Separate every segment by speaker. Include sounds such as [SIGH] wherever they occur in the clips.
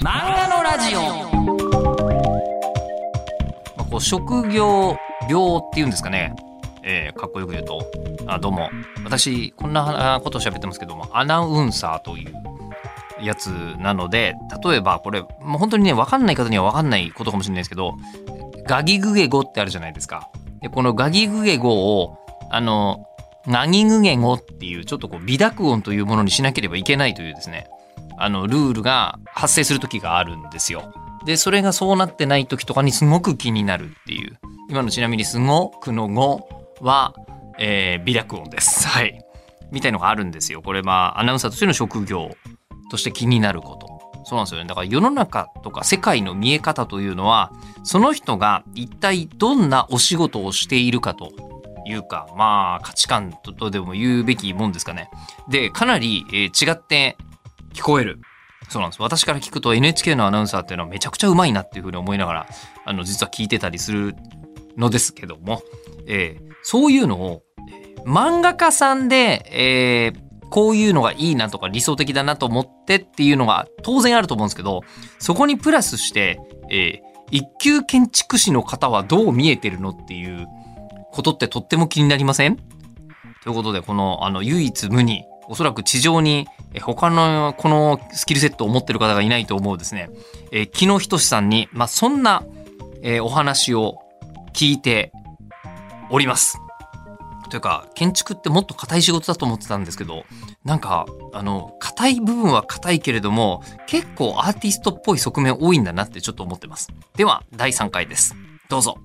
Speaker 1: 漫画のラジオまあこう職業病っていうんですかね、えーかっこよく言うとあどうも私こんなあことを喋ってますけどもアナウンサーというやつなので例えばこれもう本当にね分かんない方には分かんないことかもしれないですけどガギグゲゴってあるじゃないですか。でこのガギグゲゴをあのナギグゲゴっていうちょっとこう微濁音というものにしなければいけないというですねあのルールが発生する時があるんですよ。でそれがそうなってない時とかにすごく気になるっていう今のちなみに「すごく」の「ご」は、えー微濁音です。 [LAUGHS] はいみたいのがあるんですよ。これまあアナウンサーとしての職業として気になること。そうなんですよね。だから世の中とか世界の見え方というのは、その人が一体どんなお仕事をしているかというか、まあ価値観ととでも言うべきもんですかね。で、かなり、えー違って聞こえる。そうなんです。私から聞くと NHK のアナウンサーっていうのはめちゃくちゃうまいなっていうふうに思いながら、あの、実は聞いてたりするのですけども、えーそういうのを、えー漫画家さんで、えーこういうのがいいなとか理想的だなと思ってっていうのが当然あると思うんですけど、そこにプラスして、えー一級建築士の方はどう見えてるのっていうことってとっても気になりませんということで、この、あの、唯一無二、おそらく地上に、えー他の、このスキルセットを持ってる方がいないと思うですね、えー、木野仁さんに、まあ、そんな、えーお話を聞いております。というか、建築ってもっと硬い仕事だと思ってたんですけど、なんか、あの、硬い部分は硬いけれども、結構アーティストっぽい側面多いんだなってちょっと思ってます。では、第3回です。どうぞ。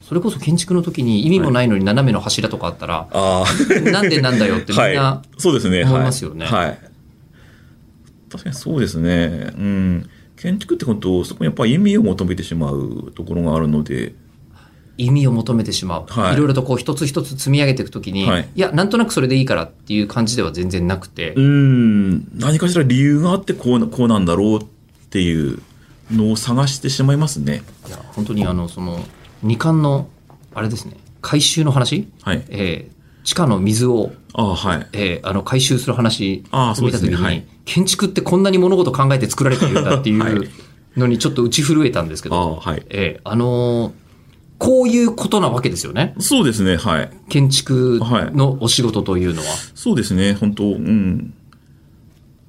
Speaker 1: それこそ建築の時に意味もないのに斜めの柱とかあったら、
Speaker 2: あ
Speaker 1: なんでなんだよって
Speaker 2: あ、
Speaker 1: みんな、
Speaker 2: はい。そうですね。
Speaker 1: 思いますよね
Speaker 2: はい。はい確かにそうですね。うん。建築ってこと、そこにやっぱり意味を求めてしまうところがあるので、
Speaker 1: 意味を求めてしまう、
Speaker 2: はい
Speaker 1: い、ろいろとこう一つ一つ積み上げていくときに、
Speaker 2: はいい、
Speaker 1: やなんとなくそれでいいからっていう感じでは全然なくて、
Speaker 2: うん、何かしら理由があってこうな、こうなんだろうっていうのを探してしまいますね。
Speaker 1: いや本当にあのその二巻のあれですね回収の話、
Speaker 2: はい。
Speaker 1: えー地下の水を、
Speaker 2: ああ、はい。
Speaker 1: えーあの回収する話
Speaker 2: あー
Speaker 1: を見たときに、
Speaker 2: そうですねはい
Speaker 1: 建築ってこんなに物事考えて作られているんだってい
Speaker 2: [LAUGHS] は
Speaker 1: う
Speaker 2: い
Speaker 1: のにちょっと打ち震えたんですけ
Speaker 2: あ
Speaker 1: ど、
Speaker 2: あ、はい。
Speaker 1: えーあのーこういうことなわけですよね
Speaker 2: そうですね、はい。
Speaker 1: 建築のお仕事というのは。
Speaker 2: そうですね、本当うん。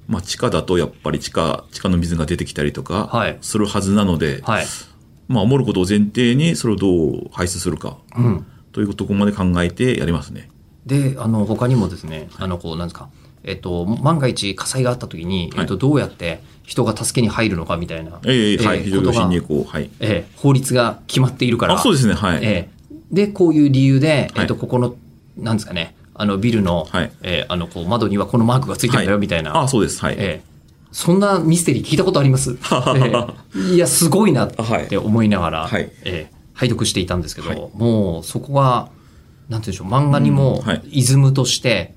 Speaker 2: まあ、地下だとやっぱり地下、地下の水が出てきたりと
Speaker 1: は
Speaker 2: か
Speaker 1: い、
Speaker 2: するはずなので、
Speaker 1: はい、
Speaker 2: まあ、守ることを前提に、それをどう排出するか、
Speaker 1: うん
Speaker 2: というところまで考えてやりますね。
Speaker 1: であの他にもですねあのこうなんですか、えっと、万が一火災があった時に、
Speaker 2: はい
Speaker 1: えっと、どうやって人が助けに入るのかみたいな、
Speaker 2: ええはい、
Speaker 1: ええ
Speaker 2: 非常
Speaker 1: ことが
Speaker 2: 用心にこう、はい。
Speaker 1: ええ法律が決まっているから
Speaker 2: あ、そうですね、はい。
Speaker 1: ええでこういう理由で、えっと、
Speaker 2: はい
Speaker 1: ここのなんですかねあのビルの,、
Speaker 2: はい
Speaker 1: ええあのこう窓にはこのマークがついてるんだ
Speaker 2: は
Speaker 1: よみたいな、
Speaker 2: あ、そうです、はい。
Speaker 1: ええそんなミステリー聞いたことあります、
Speaker 2: [LAUGHS]
Speaker 1: ええいやすごいなって思いながら、
Speaker 2: はいはい
Speaker 1: ええ拝読していたんですけど、
Speaker 2: はい
Speaker 1: もうそこがなんて言うんでしょう漫画に
Speaker 2: うん
Speaker 1: も
Speaker 2: はい
Speaker 1: イズムとして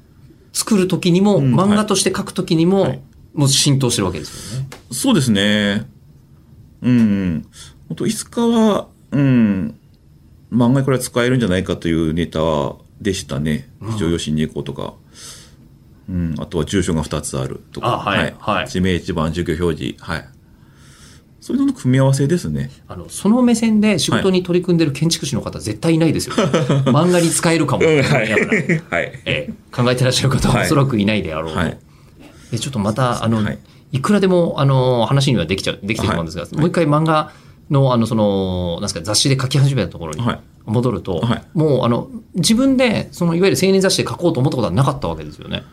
Speaker 1: 作る時にも、
Speaker 2: んはい
Speaker 1: 漫画として書く時にも、
Speaker 2: はい
Speaker 1: もう浸透してるわけですよね。
Speaker 2: そうですね。うん。本当いつかは、うん、漫画にこれは使えるんじゃないかというネタでしたね。非常用心にこうとか。うん、あとは住所が2つあるとか。
Speaker 1: あはいはい
Speaker 2: 地名一番、住居表示。はい。そういうのの組み合わせですね。
Speaker 1: あのその目線で仕事に取り組んでる建築士の方絶対いない
Speaker 2: [LAUGHS]
Speaker 1: ですよね、漫画に使えるかも、って思いながらえ
Speaker 2: はい。
Speaker 1: え考えてらっしゃる方は
Speaker 2: はい
Speaker 1: おそらくいないであろうと、
Speaker 2: はい。
Speaker 1: でちょっとまた、あの、
Speaker 2: はいい、
Speaker 1: くらでも、あの、話にはできちゃう、できてしまうんですが、もう一回漫画の、あの、その、なんですか、雑誌で書き始めたところに
Speaker 2: はい
Speaker 1: 戻ると、
Speaker 2: はい
Speaker 1: もう、あの、自分で、その、いわゆる青年雑誌で書こうと思ったことはなかったわけですよね。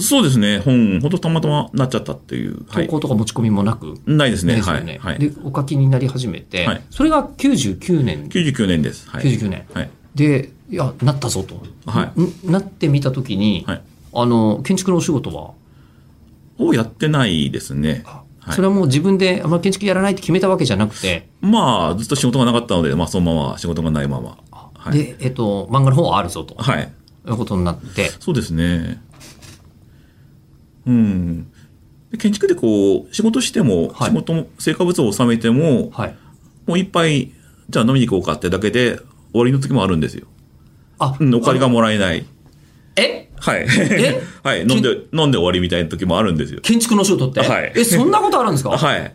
Speaker 2: そうですね。本、本当たまたまなっちゃったっていう。は
Speaker 1: 投
Speaker 2: い。
Speaker 1: 稿とか持ち込みもなく、
Speaker 2: ないですね。
Speaker 1: です
Speaker 2: は
Speaker 1: よ
Speaker 2: い。
Speaker 1: ね、
Speaker 2: はい。
Speaker 1: で、お書きになり始めて、
Speaker 2: はい
Speaker 1: それが99年、
Speaker 2: 99年です。はい。
Speaker 1: 99年。
Speaker 2: はい。
Speaker 1: で、いや、なったぞと。
Speaker 2: は
Speaker 1: んなってみたときに、
Speaker 2: はい。
Speaker 1: あの、建築のお仕事は、
Speaker 2: をやってないですね。はい
Speaker 1: それはもう自分で、あんま建築やらないって決めたわけじゃなくて、
Speaker 2: まあ、ずっと仕事がなかったので、まあ、そのまま仕事がないまま。はい。
Speaker 1: で、えっと、漫画の方はあるぞと。
Speaker 2: はい。
Speaker 1: いうことになって、
Speaker 2: そうですね。うん。で建築でこう、仕事しても、
Speaker 1: はい
Speaker 2: 仕事も、成果物を収めても、
Speaker 1: はい。
Speaker 2: もう一杯、じゃあ飲みに行こうかってだけで、終わりの時もあるんですよ。
Speaker 1: あ、
Speaker 2: うん、お金がもらえない。
Speaker 1: え
Speaker 2: はい
Speaker 1: え。
Speaker 2: [LAUGHS] はい。飲んで、飲んで終わりみたいな時もあるんですよ。
Speaker 1: 建築の賞取って、
Speaker 2: はい
Speaker 1: え、そんなことあるんです
Speaker 2: [LAUGHS]
Speaker 1: か
Speaker 2: はい。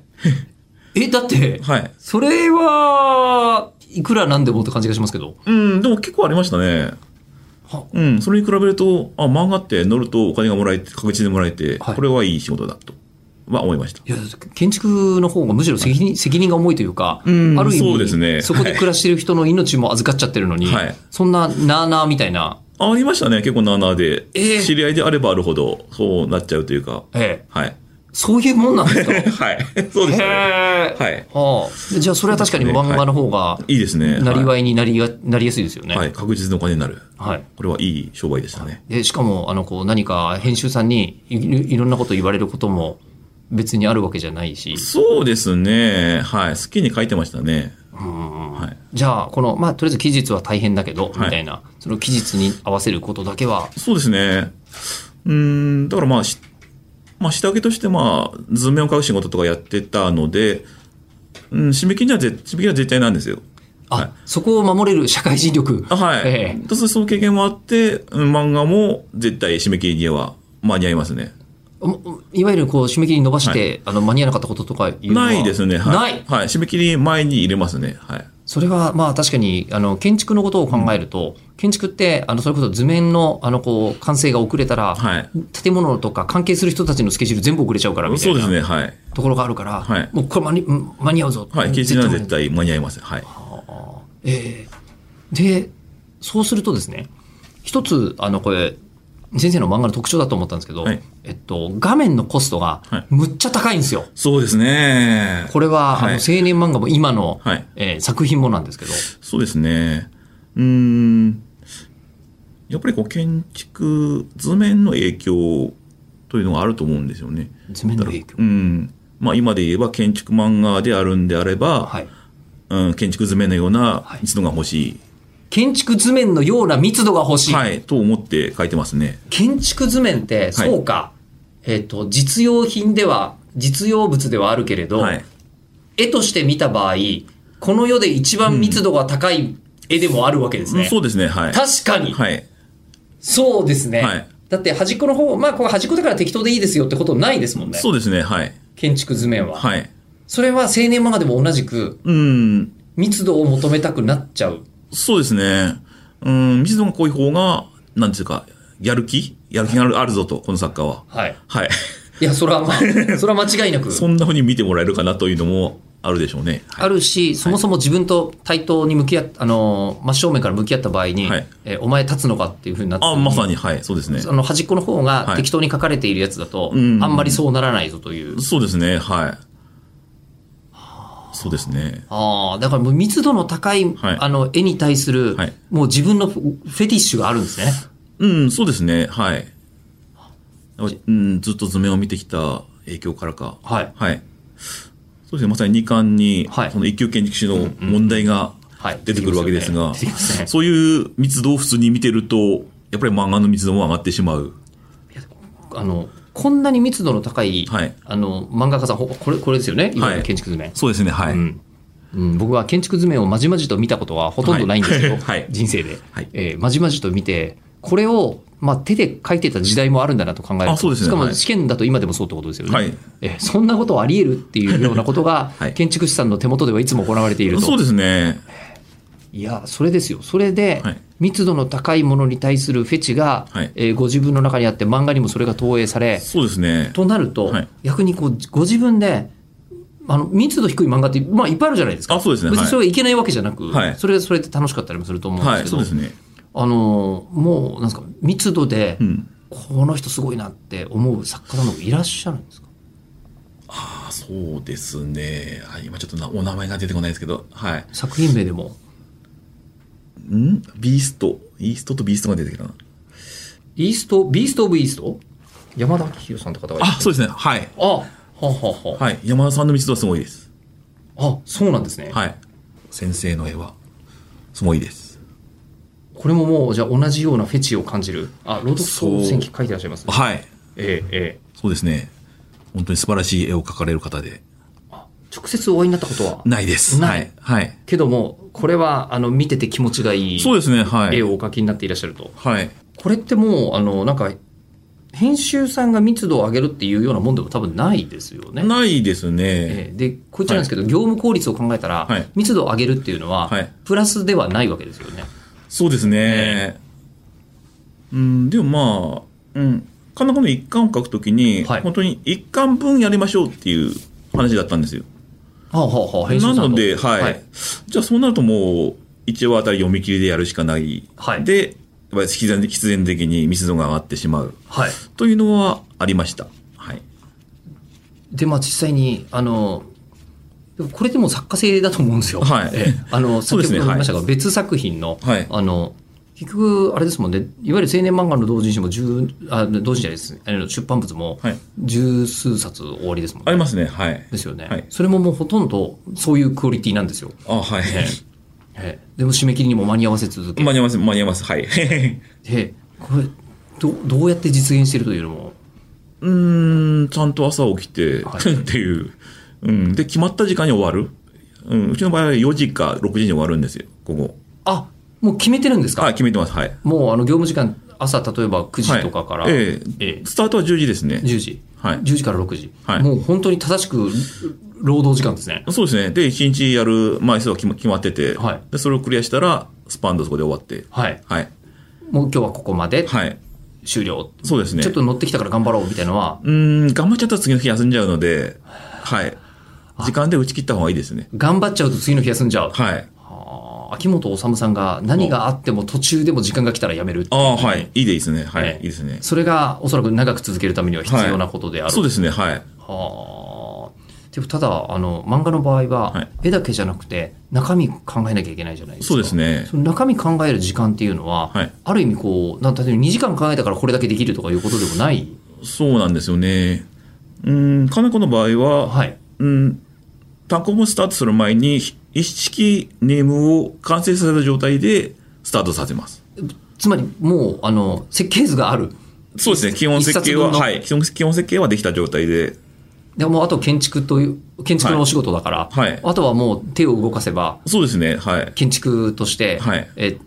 Speaker 1: え、だって、
Speaker 2: はい。
Speaker 1: それは、いくらなんでもって感じがしますけど。
Speaker 2: うん、でも結構ありましたね
Speaker 1: は。
Speaker 2: うん、それに比べると、あ、漫画って乗るとお金がもらえて、確実にもらえて、
Speaker 1: はい
Speaker 2: これはいい仕事だと、は思いました。
Speaker 1: いや、建築の方がむしろ責任責任が重いというか、
Speaker 2: うん
Speaker 1: ある意味
Speaker 2: そうですね
Speaker 1: そこで暮らしてる人の命も預かっちゃってるのに、
Speaker 2: はい
Speaker 1: そんななあなあみたいな、
Speaker 2: ありましたね、結構なあなあで、
Speaker 1: ええ
Speaker 2: 知り合いであればあるほど、そうなっちゃうというか。
Speaker 1: ええ、
Speaker 2: はい。 [LAUGHS]
Speaker 1: そういうもんなんですかへ
Speaker 2: はい。そうですね。
Speaker 1: え、
Speaker 2: はい。
Speaker 1: はあ、じゃあそれは確かに漫画の方が、
Speaker 2: いいですね。
Speaker 1: なりわいになりやなりやすいですよね。
Speaker 2: はい。はい。確実にお金になる。
Speaker 1: はい
Speaker 2: これはいい商売でしたね。
Speaker 1: でしかもあのこう何か編集さんにいいろんなこと言われることも別にあるわけじゃないし、
Speaker 2: そうですね。はい。好きに書いてましたね。はい。
Speaker 1: じゃあこの、まあ、とりあえず期日は大変だけど、
Speaker 2: い
Speaker 1: みたいなその期日に合わせることだけは、
Speaker 2: そうですね。うーん、だからまあ、しまあ、下請けとして、まあ、図面を書く仕事とかやってたので、うん、締め切りには絶、締め切りは絶対なんですよ。
Speaker 1: あ、
Speaker 2: はい
Speaker 1: そこを守れる社会人力
Speaker 2: あはい。
Speaker 1: ええ
Speaker 2: とそうそういう経験もあって、うん漫画も絶対締め切りには間に合いますね。
Speaker 1: もいわゆるこう締め切り伸ばして、あの間に合わなかったこととかいうのは
Speaker 2: ないですね。はい。
Speaker 1: ない
Speaker 2: はい。締め切り前に入れますね。はい。
Speaker 1: それはまあ確かにあの建築のことを考えると、建築ってあのそれこそ図面のあのこう完成が遅れたら、
Speaker 2: はい
Speaker 1: 建物とか関係する人たちのスケジュール全部遅れちゃうからみた
Speaker 2: そ
Speaker 1: いう
Speaker 2: です
Speaker 1: な
Speaker 2: ね。はい。
Speaker 1: ところがあるから、
Speaker 2: はい
Speaker 1: もうこれ間にうん間に合うぞ、
Speaker 2: はい。決日には絶
Speaker 1: 絶対
Speaker 2: 対間に合います。はい。
Speaker 1: ええでそうするとですね一つあのこれ先生の漫画の特徴だと思ったんですけど、
Speaker 2: はい
Speaker 1: えっと、画面のコストが
Speaker 2: はい
Speaker 1: むっちゃ高いんですよ。
Speaker 2: そうですね。
Speaker 1: これは、
Speaker 2: はい
Speaker 1: あの青年漫画も今の、
Speaker 2: はい
Speaker 1: えー作品もなんですけど、
Speaker 2: そうですね。うーん。やっぱりこう建築図面の影響というのがあると思うんですよね。
Speaker 1: 図面の影響。
Speaker 2: うん。まあ今で言えば建築漫画であるんであれば、
Speaker 1: はい、
Speaker 2: うん、建築図面のようない密度が欲しい,、
Speaker 1: 建築図面のような密度が欲しい。
Speaker 2: はい。と思って書いてますね。
Speaker 1: 建築図面って、そうか、えっ、と、実用品では、実用物ではあるけれど、
Speaker 2: はい。
Speaker 1: 絵として見た場合、この世で一番密度が高い絵でもあるわけですね。
Speaker 2: そうですね。はい。
Speaker 1: 確かに、
Speaker 2: はい。
Speaker 1: そうですね。
Speaker 2: はい
Speaker 1: だって端っこの方、まあ、これ端っこだから適当でいいですよってことないですもんね。
Speaker 2: そうですね。はい。
Speaker 1: 建築図面は、
Speaker 2: はい。
Speaker 1: それは青年漫画でも同じく、
Speaker 2: うん。
Speaker 1: 密度を求めたくなっちゃう。
Speaker 2: そうですね。うん、密度が濃い方が、なんていうか、やる気やる気があるあるぞと、この作家は。
Speaker 1: はい。
Speaker 2: はい。
Speaker 1: いや、それはまあ、 [LAUGHS] それは間違いなく。
Speaker 2: そんな風に見てもらえるかなというのもあるでしょうね。
Speaker 1: あるし、そもそも自分と対等に向き合っあのー、真正面から向き合った場合に、
Speaker 2: はい
Speaker 1: えーお前立つのかっていうふうになって、
Speaker 2: あ、まさに、はい、そうですね。
Speaker 1: あの端っこの方が
Speaker 2: はい
Speaker 1: 適当に書かれているやつだと、
Speaker 2: うん
Speaker 1: あんまりそうならないぞという。
Speaker 2: そうですね、はい。そうですね。
Speaker 1: ああ、だからもう密度の高い、
Speaker 2: はい
Speaker 1: あの、絵に対する、
Speaker 2: はい
Speaker 1: もう自分のフェティッシュがあるんですね。
Speaker 2: うん、そうですね、はい。うん、ずっと図面を見てきた影響からか。
Speaker 1: はい。
Speaker 2: はい。そうですね、まさに2巻に、
Speaker 1: はい
Speaker 2: その一級建築士の問題が
Speaker 1: はい
Speaker 2: 出てくるわけですが、
Speaker 1: 出てきますね
Speaker 2: そういう密度を普通に見てると、やっぱり漫画の密度も上がってしまう。
Speaker 1: あの、こんなに密度の高い、
Speaker 2: はい
Speaker 1: あの、漫画家さん、ほこれ、これですよね。今
Speaker 2: は
Speaker 1: の
Speaker 2: い
Speaker 1: 建築図面。
Speaker 2: そうですね、はい。
Speaker 1: うんうん、僕は建築図面をまじまじと見たことはほとんどないんですけど、
Speaker 2: はいはい
Speaker 1: 人生で、
Speaker 2: はい
Speaker 1: えーまじまじと見てこれを、まあ、手で書いてた時代もあるんだなと考えると
Speaker 2: あそうですね
Speaker 1: しかも
Speaker 2: はい
Speaker 1: 試験だと今でもそうってことですよね、
Speaker 2: はい
Speaker 1: えーそんなことはあり得るっていうようなことが、
Speaker 2: [LAUGHS] はい
Speaker 1: 建築士さんの手元ではいつも行われていると
Speaker 2: そうですね。
Speaker 1: いやそれですよそれで、
Speaker 2: はい
Speaker 1: 密度の高いものに対するフェチが、
Speaker 2: はい
Speaker 1: えーご自分の中にあって漫画にもそれが投影され
Speaker 2: そうですね。
Speaker 1: となると、
Speaker 2: はい
Speaker 1: 逆にこうご自分であの密度低い漫画って、まあ、いっぱいあるじゃないですか
Speaker 2: あそうですね
Speaker 1: 別に
Speaker 2: はい
Speaker 1: それはいけないわけじゃなく、
Speaker 2: はい
Speaker 1: それはそれで楽しかったりもすると思うんで
Speaker 2: は
Speaker 1: す
Speaker 2: い、
Speaker 1: け
Speaker 2: そ
Speaker 1: ど、
Speaker 2: うですね。
Speaker 1: あのーもうなんですか密度で、
Speaker 2: うん。
Speaker 1: この人すごいなって思う作家さんもいらっしゃるんですか
Speaker 2: あそうですね。はい、今ちょっとなお名前が出てこないですけど、はい。
Speaker 1: 作品名でも
Speaker 2: んビースト。イーストとビーストが出てきたな。
Speaker 1: イーストビースト・オブ・イースト山田明宏さんって方がいらっしゃ
Speaker 2: あ、そうですね。はい。
Speaker 1: るあはあはあはあ、
Speaker 2: はい。山田さんの密度はすごいです。
Speaker 1: あそうなんですね、
Speaker 2: はい。先生の絵は、すごいです。
Speaker 1: これももうじゃあ同じようなフェチを感じるあ朗読総選記書いてらっしゃいますね
Speaker 2: はい。
Speaker 1: ええええ
Speaker 2: そうですね。本当に素晴らしい絵を描かれる方で。
Speaker 1: 直接お会いになったことは
Speaker 2: ないです。
Speaker 1: な
Speaker 2: はいい。はい。
Speaker 1: けどもこれはあの見てて気持ちがいい
Speaker 2: そうですね。はい。
Speaker 1: 絵をお描きになっていらっしゃると、
Speaker 2: はい。
Speaker 1: これってもう、あの、なんか、編集さんが密度を上げるっていうようなもんでも多分ないですよね。
Speaker 2: ないですね。
Speaker 1: ええで、こっちなんですけど、業務効率を考えたら、
Speaker 2: はい
Speaker 1: 密度を上げるっていうのは、
Speaker 2: はい
Speaker 1: プラスではないわけですよね。
Speaker 2: そうですね。うん、でもまあ、うん、かなこの一巻を書くときに、
Speaker 1: はい
Speaker 2: 本当に一巻分やりましょうっていう話だったんですよ。
Speaker 1: はあはあはあ、編集さ
Speaker 2: なん
Speaker 1: と
Speaker 2: ので、はい、
Speaker 1: はい
Speaker 2: じゃあそうなるともう、一話あたり読み切りでやるしかない。
Speaker 1: はい
Speaker 2: で、やっぱり必然必然的に密度が上がってしまう。
Speaker 1: はい。
Speaker 2: というのはありました。はい。
Speaker 1: で、まあ実際に、あの、でもこれでも作家性だと思うんですよ。
Speaker 2: はい
Speaker 1: ええあの、
Speaker 2: [LAUGHS] そ
Speaker 1: 先ほ
Speaker 2: うで
Speaker 1: ど
Speaker 2: す
Speaker 1: も言い
Speaker 2: ね
Speaker 1: ましたが、別作品の、
Speaker 2: はい
Speaker 1: あの、結局、あれですもんね、いわゆる青年漫画の同人誌も十、あ、同人誌じゃないです。あの出版物も
Speaker 2: はい、
Speaker 1: 十数冊終わりですもん
Speaker 2: あ
Speaker 1: ね。
Speaker 2: りますね。はい。
Speaker 1: ですよね、
Speaker 2: はい
Speaker 1: それももうほとんどそういうクオリティなんですよ。
Speaker 2: あ、
Speaker 1: [LAUGHS]
Speaker 2: はい。
Speaker 1: ええでも締め切りにも間に合わせ続け
Speaker 2: 間に合います、間に合います。はい。 [LAUGHS]
Speaker 1: て、これ、どどうやって実現してるというよりも、
Speaker 2: うーん、ちゃんと朝起きて、
Speaker 1: はい
Speaker 2: っていう。うん。で、決まった時間に終わる。うん。うちの場合は4時か6時に終わるんですよ、ここ。
Speaker 1: あもう決めてるんですか、
Speaker 2: はい、決めてます。はい。
Speaker 1: もうあの業務時間、朝例えば9時とかから、
Speaker 2: はいええ
Speaker 1: ええ
Speaker 2: スタートは10時ですね。
Speaker 1: 10時、
Speaker 2: はい
Speaker 1: 10時から6時、
Speaker 2: はい
Speaker 1: もう本当に正しく労働時間ですね。
Speaker 2: そうですね。で、1日やる枚数は決ま決まってて、
Speaker 1: はい
Speaker 2: で、それをクリアしたら、スパンとそこで終わって、
Speaker 1: はい、
Speaker 2: はい。
Speaker 1: もう今日はここまで
Speaker 2: はい。
Speaker 1: 終了、
Speaker 2: そうですね。
Speaker 1: ちょっと乗ってきたから頑張ろうみたいなのは、
Speaker 2: うーん、頑張っちゃったら次の日休んじゃうので、はい。時間で打ち切った方がいいですね。
Speaker 1: 頑張っちゃうと次の日休んじゃう、
Speaker 2: はい。
Speaker 1: あー秋元治さんが何があっても途中でも時間が来たらやめるって
Speaker 2: あ
Speaker 1: いう
Speaker 2: あ、はい。いいですね。はい。
Speaker 1: ええ
Speaker 2: いいですね。
Speaker 1: それがおそらく長く続けるためには必要なことである。
Speaker 2: そうですね。はい。
Speaker 1: はあでもただあの漫画の場合
Speaker 2: は
Speaker 1: はい絵だけじゃなくて中身考えなきゃいけないじゃないですか。
Speaker 2: そうですね。
Speaker 1: その中身考える時間っていうのは、
Speaker 2: はい
Speaker 1: ある意味こう、なん例えば2時間考えたからこれだけできるとかいうことでもない。
Speaker 2: そうなんですよね。うーん、金子の場合は、
Speaker 1: はい。
Speaker 2: うん、単行本スタートする前に、一式ネームを完成させた状態でスタートさせます。
Speaker 1: つまりもう、あの、設計図がある。
Speaker 2: そうですね。基本設計
Speaker 1: 一冊分
Speaker 2: は、
Speaker 1: の
Speaker 2: はい。基本基本設計はできた状態で、
Speaker 1: でもうあと建築という、建築のお仕事だから、
Speaker 2: はいはい
Speaker 1: あとはもう手を動かせば、
Speaker 2: そうですね。はい。
Speaker 1: 建築として、
Speaker 2: はい
Speaker 1: え、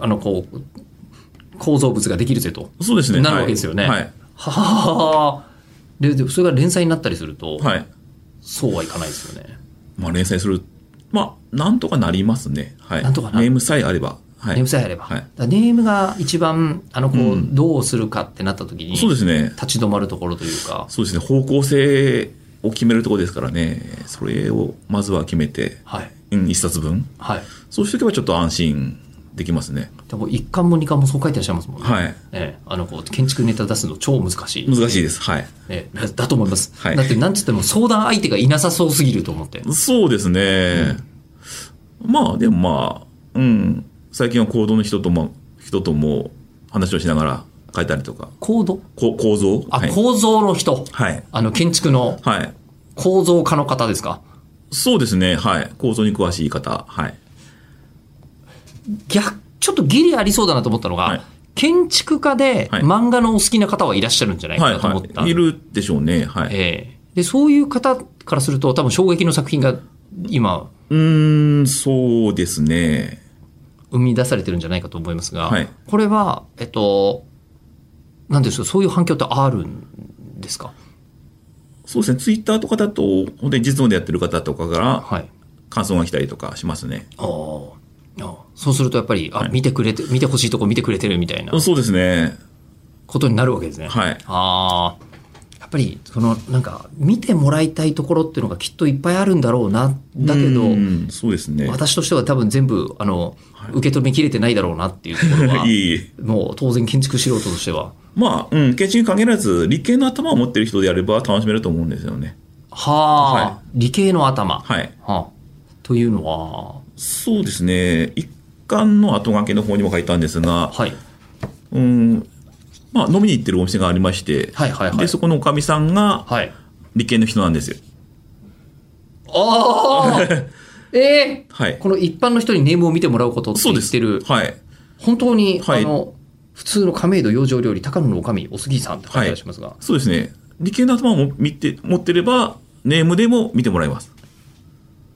Speaker 1: あの、こう、構造物ができるぜと。
Speaker 2: そうですね。
Speaker 1: なるわけですよね
Speaker 2: はい。
Speaker 1: はあで、でそれが連載になったりすると、
Speaker 2: はい。
Speaker 1: そうはいかないですよね。
Speaker 2: まあ、連載する。まあ、なんとかなりますね。はい。
Speaker 1: なんとかなる
Speaker 2: ネームさえあれば。は
Speaker 1: ネー
Speaker 2: い
Speaker 1: ム。さえあれば。
Speaker 2: はい
Speaker 1: だからネームが一番、あの、こう、
Speaker 2: ん
Speaker 1: どうするかってなった時に、
Speaker 2: そうですね。
Speaker 1: 立ち止まるところというか、
Speaker 2: そうですね。方向性を決めるところですからね。それをまずは決めて、
Speaker 1: はい。
Speaker 2: うん、一冊分。
Speaker 1: はい。
Speaker 2: そうしておけばちょっと安心できますね。
Speaker 1: 多分一巻も二巻もそう書いてらっしゃいますもんね。
Speaker 2: はい。
Speaker 1: ええ、あの、こう、建築ネタ出すの超難しい。
Speaker 2: 難しいです。はい。
Speaker 1: ええ、だと思います。
Speaker 2: はい
Speaker 1: だって、なんつっても相談相手がいなさそうすぎると思って。
Speaker 2: そうですね。まあ、でもまあ、うん。最近は行動の人とも、人とも話をしながら書いたりとか。
Speaker 1: コード
Speaker 2: こ構造
Speaker 1: あ、
Speaker 2: はい。
Speaker 1: 構造の人。
Speaker 2: はい。
Speaker 1: あの、建築の
Speaker 2: はい。
Speaker 1: 構造家の方ですか
Speaker 2: そうですね。はい。構造に詳しい方。はい。
Speaker 1: 逆、ちょっとギリありそうだなと思ったのが、
Speaker 2: はい
Speaker 1: 建築家で
Speaker 2: はい
Speaker 1: 漫画のお好きな方はいらっしゃるんじゃないか
Speaker 2: はい。
Speaker 1: なと思った。
Speaker 2: はい。いるでしょうね。はい。
Speaker 1: ええで、そういう方からすると、多分衝撃の作品が今、
Speaker 2: うーん、そうですね。
Speaker 1: 生み出されてるんじゃないかと思いますが、
Speaker 2: はい
Speaker 1: これは、えっと、なんていうんですか、そういう反響ってあるんですか
Speaker 2: そうですね。ツイッターとかだと、本当に実務でやってる方とかから
Speaker 1: はい。
Speaker 2: 感想が来たりとかしますね。
Speaker 1: あーあ。そうするとやっぱり、あ、見てくれて、見てほしいとこ見てくれてるみたいな
Speaker 2: そうですね。
Speaker 1: ことになるわけですね。
Speaker 2: はい。
Speaker 1: ああ。やっぱり、その、なんか、見てもらいたいところっていうのがきっといっぱいあるんだろうな。だけど
Speaker 2: う、んそうですね。
Speaker 1: 私としては多分全部、あの、受け止めきれてないだろうなっていうところは、
Speaker 2: [LAUGHS] いいいい。
Speaker 1: もう当然建築素人としては、
Speaker 2: まあ、うん、建築に限らず、理系の頭を持ってる人でやれば楽しめると思うんですよね。
Speaker 1: はあ、
Speaker 2: は
Speaker 1: 理系の頭。
Speaker 2: はい。
Speaker 1: はあ、というのは、
Speaker 2: そうですね。一巻の後書きの方にも書いたんですが、
Speaker 1: はい、
Speaker 2: うん、まあ、飲みに行ってるお店がありまして、
Speaker 1: はいはいはい
Speaker 2: で、そこのおかみさんが
Speaker 1: はい。
Speaker 2: 理系の人なんですよ。
Speaker 1: ああ [LAUGHS] ええ
Speaker 2: はい。
Speaker 1: この一般の人にネームを見てもらうことって
Speaker 2: そう
Speaker 1: 言
Speaker 2: で
Speaker 1: っ
Speaker 2: す。
Speaker 1: てる、
Speaker 2: はい。
Speaker 1: 本当に、
Speaker 2: はい
Speaker 1: あの、普通の亀戸養生料理、高野のおかみ、お杉さんって書いてらっしゃいますが、
Speaker 2: そうですね。理系の頭を見て持ってれば、ネームでも見てもらえます。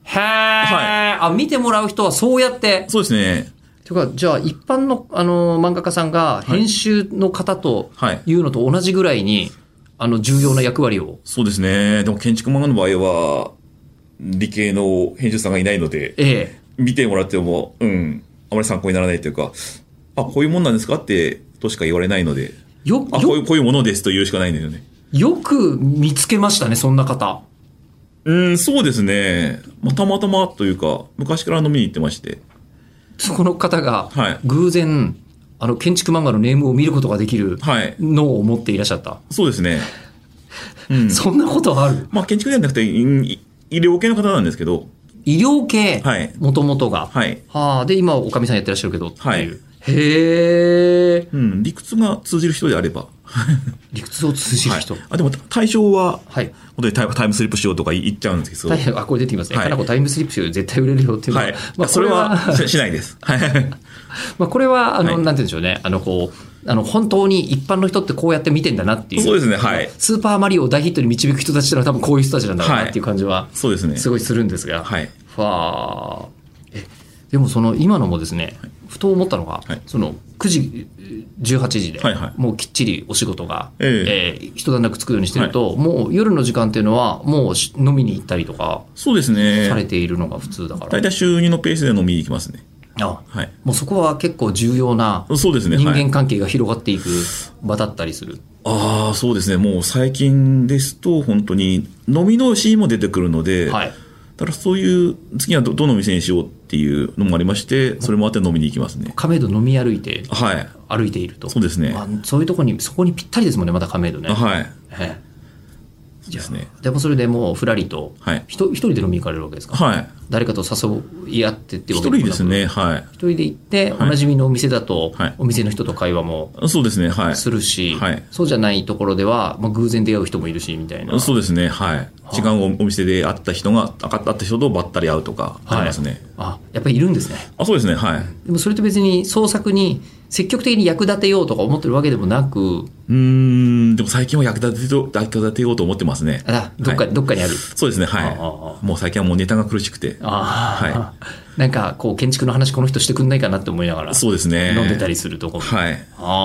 Speaker 1: へえ、あ、見てもらう人はそうやって、
Speaker 2: そうですね。
Speaker 1: というか、じゃあ一般の、あの、漫画家さんが編集の方と
Speaker 2: はい。
Speaker 1: いうのと同じぐらいに、あの、重要な役割を、
Speaker 2: そうですね。でも建築漫画の場合は、理系の編集さんがいないので、
Speaker 1: え
Speaker 2: 見てもらっても、うん、あまり参考にならないというか、あ、こういうもんなんですかって、としか言われないので、
Speaker 1: え、よ、
Speaker 2: あ、こうい
Speaker 1: よ、
Speaker 2: う、こういうものですと言うしかないんだよね。
Speaker 1: よく見つけましたね、そんな方。
Speaker 2: うん、そうですね。まあ、たまたまというか、昔から飲みに行ってまして。
Speaker 1: そこの方が
Speaker 2: はい、
Speaker 1: 偶然、あの、建築漫画のネームを見ることができる
Speaker 2: はい。
Speaker 1: 脳を持っていらっしゃった。
Speaker 2: そうですね。うん。
Speaker 1: そんなことある
Speaker 2: まあ、建築ではなくて、いい医療系の方なんですけど、
Speaker 1: 医療系、
Speaker 2: はい
Speaker 1: もともとが。
Speaker 2: はい。
Speaker 1: はあ、で、今、おかみさんやってらっしゃるけどっていう。
Speaker 2: はい
Speaker 1: へえ。
Speaker 2: うん、理屈が通じる人であれば。
Speaker 1: 理屈を通じる人。
Speaker 2: は
Speaker 1: はいい。
Speaker 2: あ、でも、対象は、
Speaker 1: はい
Speaker 2: 本当にタイタイムスリップしようとか言っちゃうんですけど。
Speaker 1: 大変あこれ出てきますね、
Speaker 2: はい
Speaker 1: かなこタイムスリップしよう絶対売れるよっていうのは、
Speaker 2: はい。
Speaker 1: まあ、
Speaker 2: そ
Speaker 1: こ
Speaker 2: れ
Speaker 1: れ
Speaker 2: は
Speaker 1: は、
Speaker 2: ししないです。はい。
Speaker 1: まあ、これは、あの、
Speaker 2: はい
Speaker 1: なんて言うんでしょうね、あの、こう、あの、本当に一般の人ってこうやって見てんだな [LAUGHS] っていう。
Speaker 2: そうですねはい
Speaker 1: スーパーマリオを大ヒットに導く人たちってのは多分こういう人たちなんだろう
Speaker 2: はい
Speaker 1: なっていう感じは、
Speaker 2: そうですね。
Speaker 1: すごいするんですが。
Speaker 2: はい。
Speaker 1: はあ。え、でもその今のもですね、ふと思ったのが、
Speaker 2: はい
Speaker 1: その9時、18時で、
Speaker 2: はいはい
Speaker 1: もうきっちりお仕事が、
Speaker 2: え
Speaker 1: えー一段落つくようにしてると、もう夜の時間っていうのは、もうし飲みに行ったりとか
Speaker 2: そうです
Speaker 1: され
Speaker 2: ね。
Speaker 1: ているのが普通だから。
Speaker 2: 大体週2のペースで飲みに行きますね。
Speaker 1: あ
Speaker 2: はい。
Speaker 1: もうそこは結構重要な
Speaker 2: そうですね。
Speaker 1: 人
Speaker 2: はい
Speaker 1: 間関係が広がっていく場だったりする。
Speaker 2: ああ、そうですね。もう最近ですと、本当に飲みのシーンも出てくるので、
Speaker 1: はい。
Speaker 2: だからそういう、次はどどの店にしようっていうのもありまして、それもあって飲みに行きますね。
Speaker 1: 亀戸飲み歩いて、
Speaker 2: はい。
Speaker 1: 歩いていると。
Speaker 2: そうですね
Speaker 1: まあ、そういうとこに、そこにぴったりですもんね、まだ亀戸ね。
Speaker 2: はい。
Speaker 1: え
Speaker 2: そうですね。
Speaker 1: えでもそれでもうふらりと、
Speaker 2: はい。
Speaker 1: ひと一人で飲みに行かれるわけですか
Speaker 2: はい。
Speaker 1: 誰かと誘い合ってって
Speaker 2: 一
Speaker 1: わけもな
Speaker 2: 人
Speaker 1: く
Speaker 2: ですね。は
Speaker 1: 一人で行って、
Speaker 2: い
Speaker 1: おなじみのお店だと、
Speaker 2: はい
Speaker 1: お店の人と会話も
Speaker 2: い。そうですね。はい。
Speaker 1: するし、
Speaker 2: はい
Speaker 1: そうじゃないところでは、まあ、偶然出会う人もいるしみたいな
Speaker 2: そうですね。はい。違うお店で会った人が、あ会った人とばったり会うとか、ありますね。
Speaker 1: あやっぱりいるんですね
Speaker 2: あ、そうですね。はい。
Speaker 1: でもそれと別に創作に積極的に役立てようとか思ってるわけでもなく
Speaker 2: うーん、でも最近は役立てと役立てようと思ってますね。
Speaker 1: あらどっか、
Speaker 2: はい
Speaker 1: どっかにある
Speaker 2: そうですね。は
Speaker 1: ああ
Speaker 2: い。もう最近はもうネタが苦しくて。
Speaker 1: ああ、なんかこう建築の話この人してくんないかなって思いながら
Speaker 2: そうですね。
Speaker 1: 飲んでたりするとこも
Speaker 2: はい。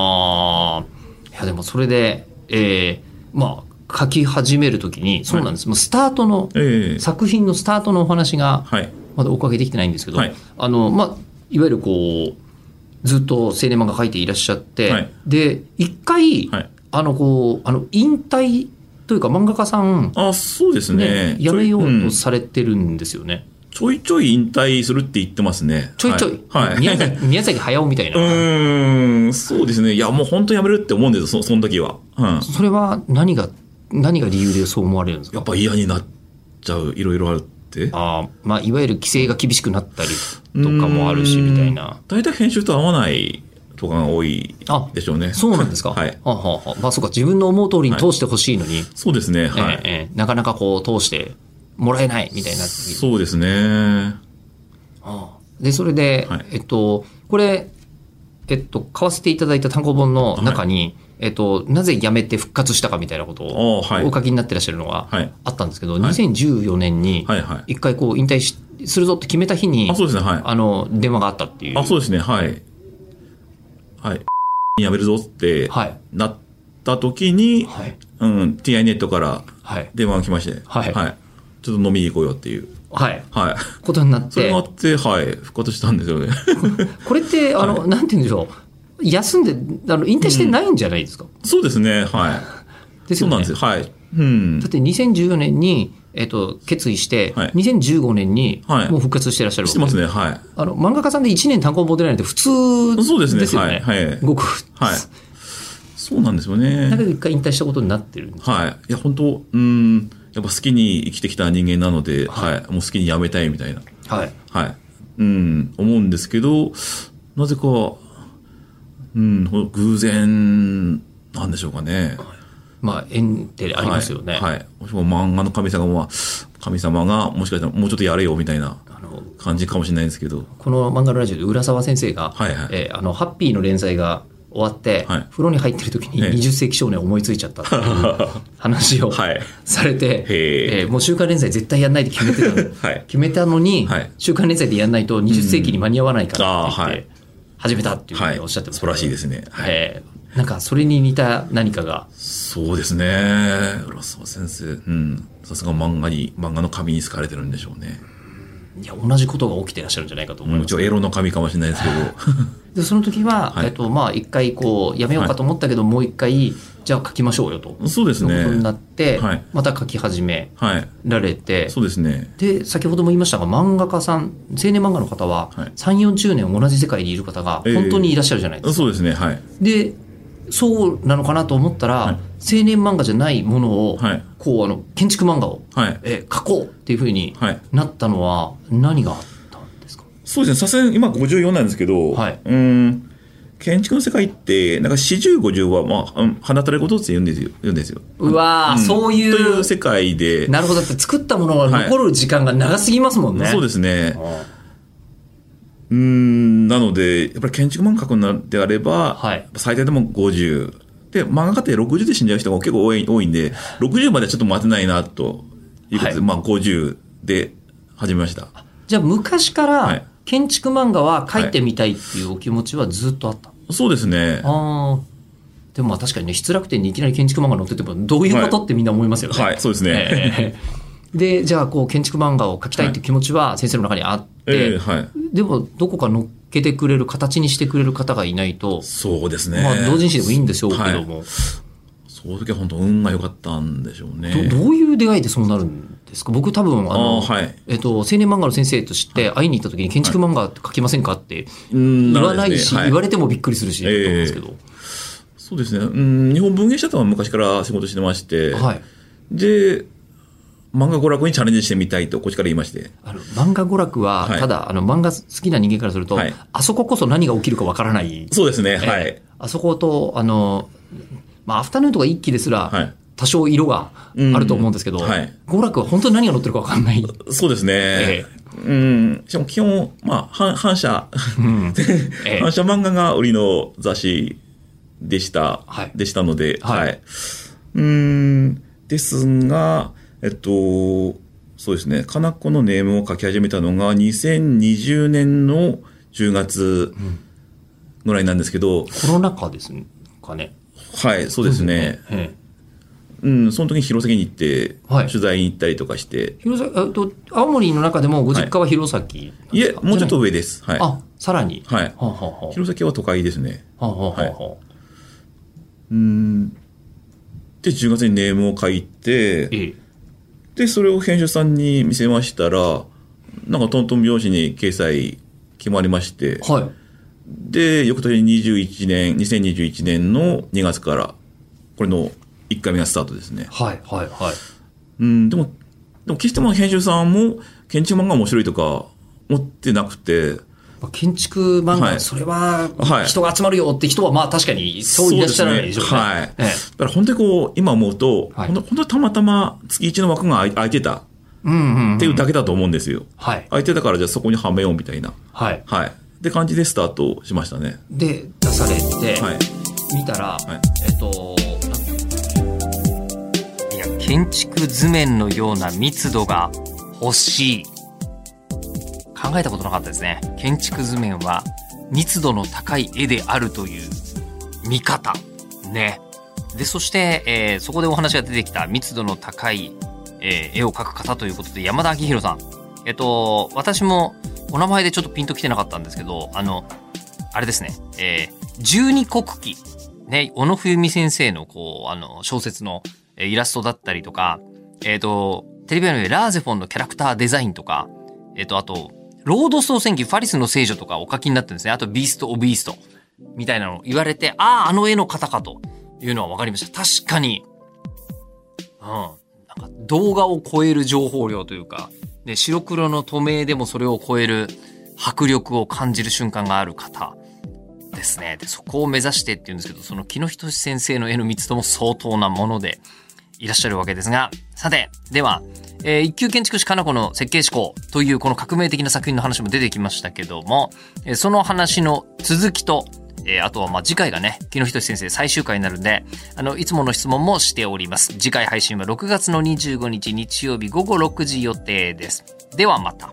Speaker 1: ああ。いや、でもそれで、えーまあ、書き始めるときに、そうなんです。もうスタートの、
Speaker 2: ええ
Speaker 1: 作品のスタートのお話が、
Speaker 2: はい。
Speaker 1: まだおかげできてないんですけど、
Speaker 2: はい
Speaker 1: あの、まあ、いわゆるこう、ずっと青年漫画書いていらっしゃって、
Speaker 2: はい
Speaker 1: で、一回、
Speaker 2: はい。
Speaker 1: あの、こう、あの、引退というか漫画家さん、
Speaker 2: あ、そうですね
Speaker 1: ね。、やめよ
Speaker 2: ちょいううん
Speaker 1: とされてるんですよね。
Speaker 2: ちょいちょい引退するって言ってますね。
Speaker 1: ちょいちょい。
Speaker 2: はい。はい
Speaker 1: 宮崎、宮崎駿みたいな。
Speaker 2: [LAUGHS] うーん、そうですね。いや、もう本当やめるって思うんですよ、そその時は。うん。
Speaker 1: それは何が、何が理由でそう思われるんですか
Speaker 2: やっぱ嫌になっちゃう、いろいろあるって。
Speaker 1: あーまあ、いわゆる規制が厳しくなったりとかもあるし、みたいな。
Speaker 2: 大体編集と合わないとかが多い
Speaker 1: あ
Speaker 2: でしょうね。
Speaker 1: そうなんですか。
Speaker 2: はい。
Speaker 1: はあはあはあまあ、そうか、自分の思う通りに通してほしいのに、
Speaker 2: そうですね。はい。
Speaker 1: ええええなかなかこう、通してもらえないみたいな。
Speaker 2: そうですね。
Speaker 1: ああで、それで、
Speaker 2: はい
Speaker 1: えっと、これ、えっと、買わせていただいた単行本の中に、えっと、なぜ辞めて復活したかみたいなことを
Speaker 2: ああはい
Speaker 1: お書きになってらっしゃるのが
Speaker 2: はい
Speaker 1: あったんですけど、2014年に
Speaker 2: はいはい、
Speaker 1: 一回こう、引退しするぞって決めた日に
Speaker 2: あ、、そうですね。はい。
Speaker 1: あの、電話があったっていう。
Speaker 2: あ、そうですね、はい。はい。やめるぞって、
Speaker 1: はい。
Speaker 2: なった時に、
Speaker 1: はい。
Speaker 2: うん、TI ネットから
Speaker 1: はい。
Speaker 2: 電話が来まして、
Speaker 1: はい
Speaker 2: ちょっと飲みに行こうよっていう。
Speaker 1: はい。
Speaker 2: はい。
Speaker 1: ことになっ
Speaker 2: それ
Speaker 1: て
Speaker 2: もあ、って、はい、復活したんですよね。 [LAUGHS]
Speaker 1: これって、あの、なんて言うんでしょう。休んで、あの、引退してないんじゃないですか。
Speaker 2: そうですね、はい。
Speaker 1: です
Speaker 2: そ
Speaker 1: よ
Speaker 2: う
Speaker 1: ね。
Speaker 2: なんですよ。はい。うん
Speaker 1: だっ。て2014年に、えっ、と、決意して、
Speaker 2: はい
Speaker 1: 2015年に、
Speaker 2: はい
Speaker 1: もう復活してらっしゃるわ
Speaker 2: し
Speaker 1: け
Speaker 2: てますね、は
Speaker 1: あの、漫画家さんで1年単行本出ないのって普
Speaker 2: い。そうです
Speaker 1: 通
Speaker 2: ね、
Speaker 1: ですよね。
Speaker 2: はい。はい。
Speaker 1: ごく、
Speaker 2: はい。そうなんですよね
Speaker 1: だ。けど一回引退したことになってるんです。
Speaker 2: はい。いや、本当うん、やっぱ好きに生きてきた人間なので、
Speaker 1: はい
Speaker 2: はい。もう好きにやめたいみたいな。
Speaker 1: はい。
Speaker 2: はい。うん、思うんですけど、なぜか、うん、ほ偶然、なんでしょうかね。
Speaker 1: まあ、縁ってありますよね。
Speaker 2: はい。はい、もしくは漫画の神様は、神様が、もしかしたらもうちょっとやれよ、みたいな
Speaker 1: あの
Speaker 2: 感じかもしれないんです
Speaker 1: [LAUGHS]
Speaker 2: けど。
Speaker 1: この漫画のラジオで浦沢先生が、
Speaker 2: はいはい
Speaker 1: えーあのハッピーの連載が終わって、
Speaker 2: はい
Speaker 1: 風呂に入ってる時に
Speaker 2: ええ
Speaker 1: 20世紀少年を思いついちゃったっていう話を
Speaker 2: はい。
Speaker 1: されて、
Speaker 2: へえ
Speaker 1: えーもう週刊連載絶対やんないって決めてたの
Speaker 2: [LAUGHS] はい
Speaker 1: 決めたのに、
Speaker 2: はい
Speaker 1: 週刊連載でやんないと20世紀に間に合わないからって言って、
Speaker 2: うんあーはい
Speaker 1: 始めたっていうふう
Speaker 2: は
Speaker 1: に
Speaker 2: い。
Speaker 1: おっしゃってます
Speaker 2: そうらしいですね。はい。
Speaker 1: えーなんかそれに似た何かが、
Speaker 2: そうですね。浦沢先生。うん。さすが漫画に、漫画の紙に好かれてるんでしょうね。
Speaker 1: いや、同じことが起きてらっしゃるんじゃないかと思い
Speaker 2: も
Speaker 1: ま
Speaker 2: ち
Speaker 1: す。
Speaker 2: ろんエロの紙かもしれないですけど。
Speaker 1: で、その時は、
Speaker 2: はい
Speaker 1: えっと、まあ、一回こう、やめようかと思ったけど、もう一回、じゃあ書きましょうよと。 [LAUGHS]
Speaker 2: そうです
Speaker 1: の
Speaker 2: ね
Speaker 1: ことになって、
Speaker 2: はい
Speaker 1: また書き始め
Speaker 2: はい。
Speaker 1: られて、
Speaker 2: そうですね。
Speaker 1: で、先ほども言いましたが、漫画家さん、青年漫画の方は、
Speaker 2: はい
Speaker 1: 3、40年同じ世界にいる方が、
Speaker 2: ええ
Speaker 1: 本当にいらっしゃるじゃないですか。
Speaker 2: そうですね。はい。
Speaker 1: で、そうなのかなと思ったら、
Speaker 2: はい
Speaker 1: 青年漫画じゃないものを、
Speaker 2: はい
Speaker 1: こう、あの、建築漫画を、
Speaker 2: はい。
Speaker 1: えー、書こうっていうふうに
Speaker 2: はい。
Speaker 1: なったのは、何があったんですか
Speaker 2: そうですね。さすがに今54なんですけど、
Speaker 1: はい
Speaker 2: うん。建築の世界って、なんか40、50は、まあうん、放たれることって言うんですよ。言うんですよ。
Speaker 1: うわー、
Speaker 2: ん
Speaker 1: そうい
Speaker 2: という
Speaker 1: う、
Speaker 2: 世界で、
Speaker 1: なるほど。だって作ったものが
Speaker 2: はい
Speaker 1: 残る時間が長すぎますもんね。
Speaker 2: そうですね。
Speaker 1: あ
Speaker 2: うーん、なので、やっぱり建築漫画家になるんであれば、
Speaker 1: はい
Speaker 2: やっぱ最大でも50。で、漫画家って60で死んじゃう人が結構多い多いんで、60まではちょっと待てないな、ということで、
Speaker 1: はい
Speaker 2: まあ50で始めました。
Speaker 1: じゃあ、昔か
Speaker 2: は
Speaker 1: ら
Speaker 2: い、
Speaker 1: 建築漫画は書いてみたいっていうお気持ちはずっとあった。
Speaker 2: そうですね。
Speaker 1: ああ。でもまあ確かにね、失楽天にいきなり建築漫画載ってても、どういうこと、
Speaker 2: は
Speaker 1: ってみんな思いますよね。
Speaker 2: はい、そうですね。
Speaker 1: ええ [LAUGHS] で、じゃあ、こう、建築漫画を描きたいっていう気持ちは先生の中にあっ
Speaker 2: ええ
Speaker 1: て、
Speaker 2: はい。
Speaker 1: でも、どこか乗っけてくれる、形にしてくれる方がいないと、
Speaker 2: そうですね。
Speaker 1: まあ、同人誌でもいいんでしょうけども、
Speaker 2: その時は本当運が良かったんでしょうね。
Speaker 1: どどういう出会いでそうなるんですか僕多分、あの、
Speaker 2: ああ、はい。
Speaker 1: えっと、青年漫画の先生として会いに行った時に建築漫画って書きませんかって
Speaker 2: 言
Speaker 1: 言わないし、言われてもびっくりするし、
Speaker 2: ええ
Speaker 1: と思うんですけど。
Speaker 2: そうですね。うん、日本文芸者とは昔から仕事してまして、
Speaker 1: はい。
Speaker 2: で、漫画娯楽にチャレンジしてみたいと、こっちから言いまして。
Speaker 1: あの漫画娯楽は、
Speaker 2: はい
Speaker 1: ただあの漫画好きな人間からすると、
Speaker 2: はい
Speaker 1: あそここそ何が起きるかわからない、
Speaker 2: そうですね、はい。
Speaker 1: あそことあの、まあ、アフタヌーンとか一期ですら、
Speaker 2: はい
Speaker 1: 多少色があると思うんですけど、
Speaker 2: うんはい
Speaker 1: 娯楽は本当に何が載ってるかわからない、
Speaker 2: そうですね。
Speaker 1: え
Speaker 2: うん。しかも基本、まあ、反反射、 [LAUGHS]
Speaker 1: うんええ
Speaker 2: 反射漫画が売りの雑誌でした、
Speaker 1: はい
Speaker 2: でしたので、
Speaker 1: はい
Speaker 2: うん。ですが、えっと、そうですね、かなこのネームを書き始めたのが2020年の10月ぐらいなんですけど、
Speaker 1: コロナ禍ですかね。
Speaker 2: はい、そうですね。
Speaker 1: ええ
Speaker 2: うん、その時に弘前に行って、
Speaker 1: はい
Speaker 2: 取材に行ったりとかして、
Speaker 1: 弘前えっと青森の中でもご実家は弘前なんですか、
Speaker 2: いえ、もうちょっと
Speaker 1: 上、
Speaker 2: 上です。はい。
Speaker 1: あさらに、
Speaker 2: はい。
Speaker 1: はあはあは
Speaker 2: 弘前は都会ですね。
Speaker 1: あはあはあはあ
Speaker 2: うん。で、10月にネームを書いて、
Speaker 1: ええ
Speaker 2: で、それを編集さんに見せましたら、なんかトントン拍子に掲載決まりまして、
Speaker 1: はい
Speaker 2: で、翌年21年、2021年の2月から、これの1回目がスタートですね。
Speaker 1: はいはいはい
Speaker 2: うん、でも、でも決しても編集さんも建築漫画面白いとか持ってなくて、
Speaker 1: まあ建築漫画、
Speaker 2: はい
Speaker 1: それは
Speaker 2: はい
Speaker 1: 人が集まるよって人は、まあ確かにそういらっしゃらないでしょうね。
Speaker 2: そうですねはい
Speaker 1: ええ
Speaker 2: だから本当にこう、今思うと、
Speaker 1: はい
Speaker 2: 本当本当にたまたま月1の枠が空い空いてたっ
Speaker 1: うんうん、うん。
Speaker 2: ていうだけだと思うんですよ。
Speaker 1: はい。
Speaker 2: 空いてたからじゃあそこにはめようみたいな。
Speaker 1: はい。
Speaker 2: はい。って感じでスタートしましたね。
Speaker 1: で、出されて、
Speaker 2: はい。
Speaker 1: 見たら、
Speaker 2: はい
Speaker 1: えっと、なんて
Speaker 3: いや建築図面のような密度が欲しい考えたことなかったですね建築図面は密度の高い絵であるという見方ねでそして、えーそこでお話が出てきた密度の高い、えー絵を描く方ということで山田明宏さんえっと私もお名前でちょっとピンときてなかったんですけどあのあれですね、えー、十二国旗。ね、小野冬美先生の、こう、あの、小説のえーイラストだったりとか、えっ、と、テレビアニメ、ラーゼフォンのキャラクターデザインとか、えっ、と、あと、ロード総選挙、ファリスの聖女とかお書きになってるんですね。あと、ビースト・オブ・ビースト、みたいなのを言われて、ああ、あの絵の方かというのは分かりました。確かに、うん。なんか動画を超える情報量というか、で、白黒の透明でもそれを超える迫力を感じる瞬間がある方ですね。で、そこを目指してっていうんですけど、その木野仁志先生の絵の密度も相当なものでいらっしゃるわけですが、さて、では、えー一級建築士かな子の設計思考というこの革命的な作品の話も出てきましたけども、えーその話の続きと、えーあとはまあ次回がね、木野仁先生最終回になるんで、あの、いつもの質問もしております。次回配信は6月の25日日曜日午後6時予定です。ではまた。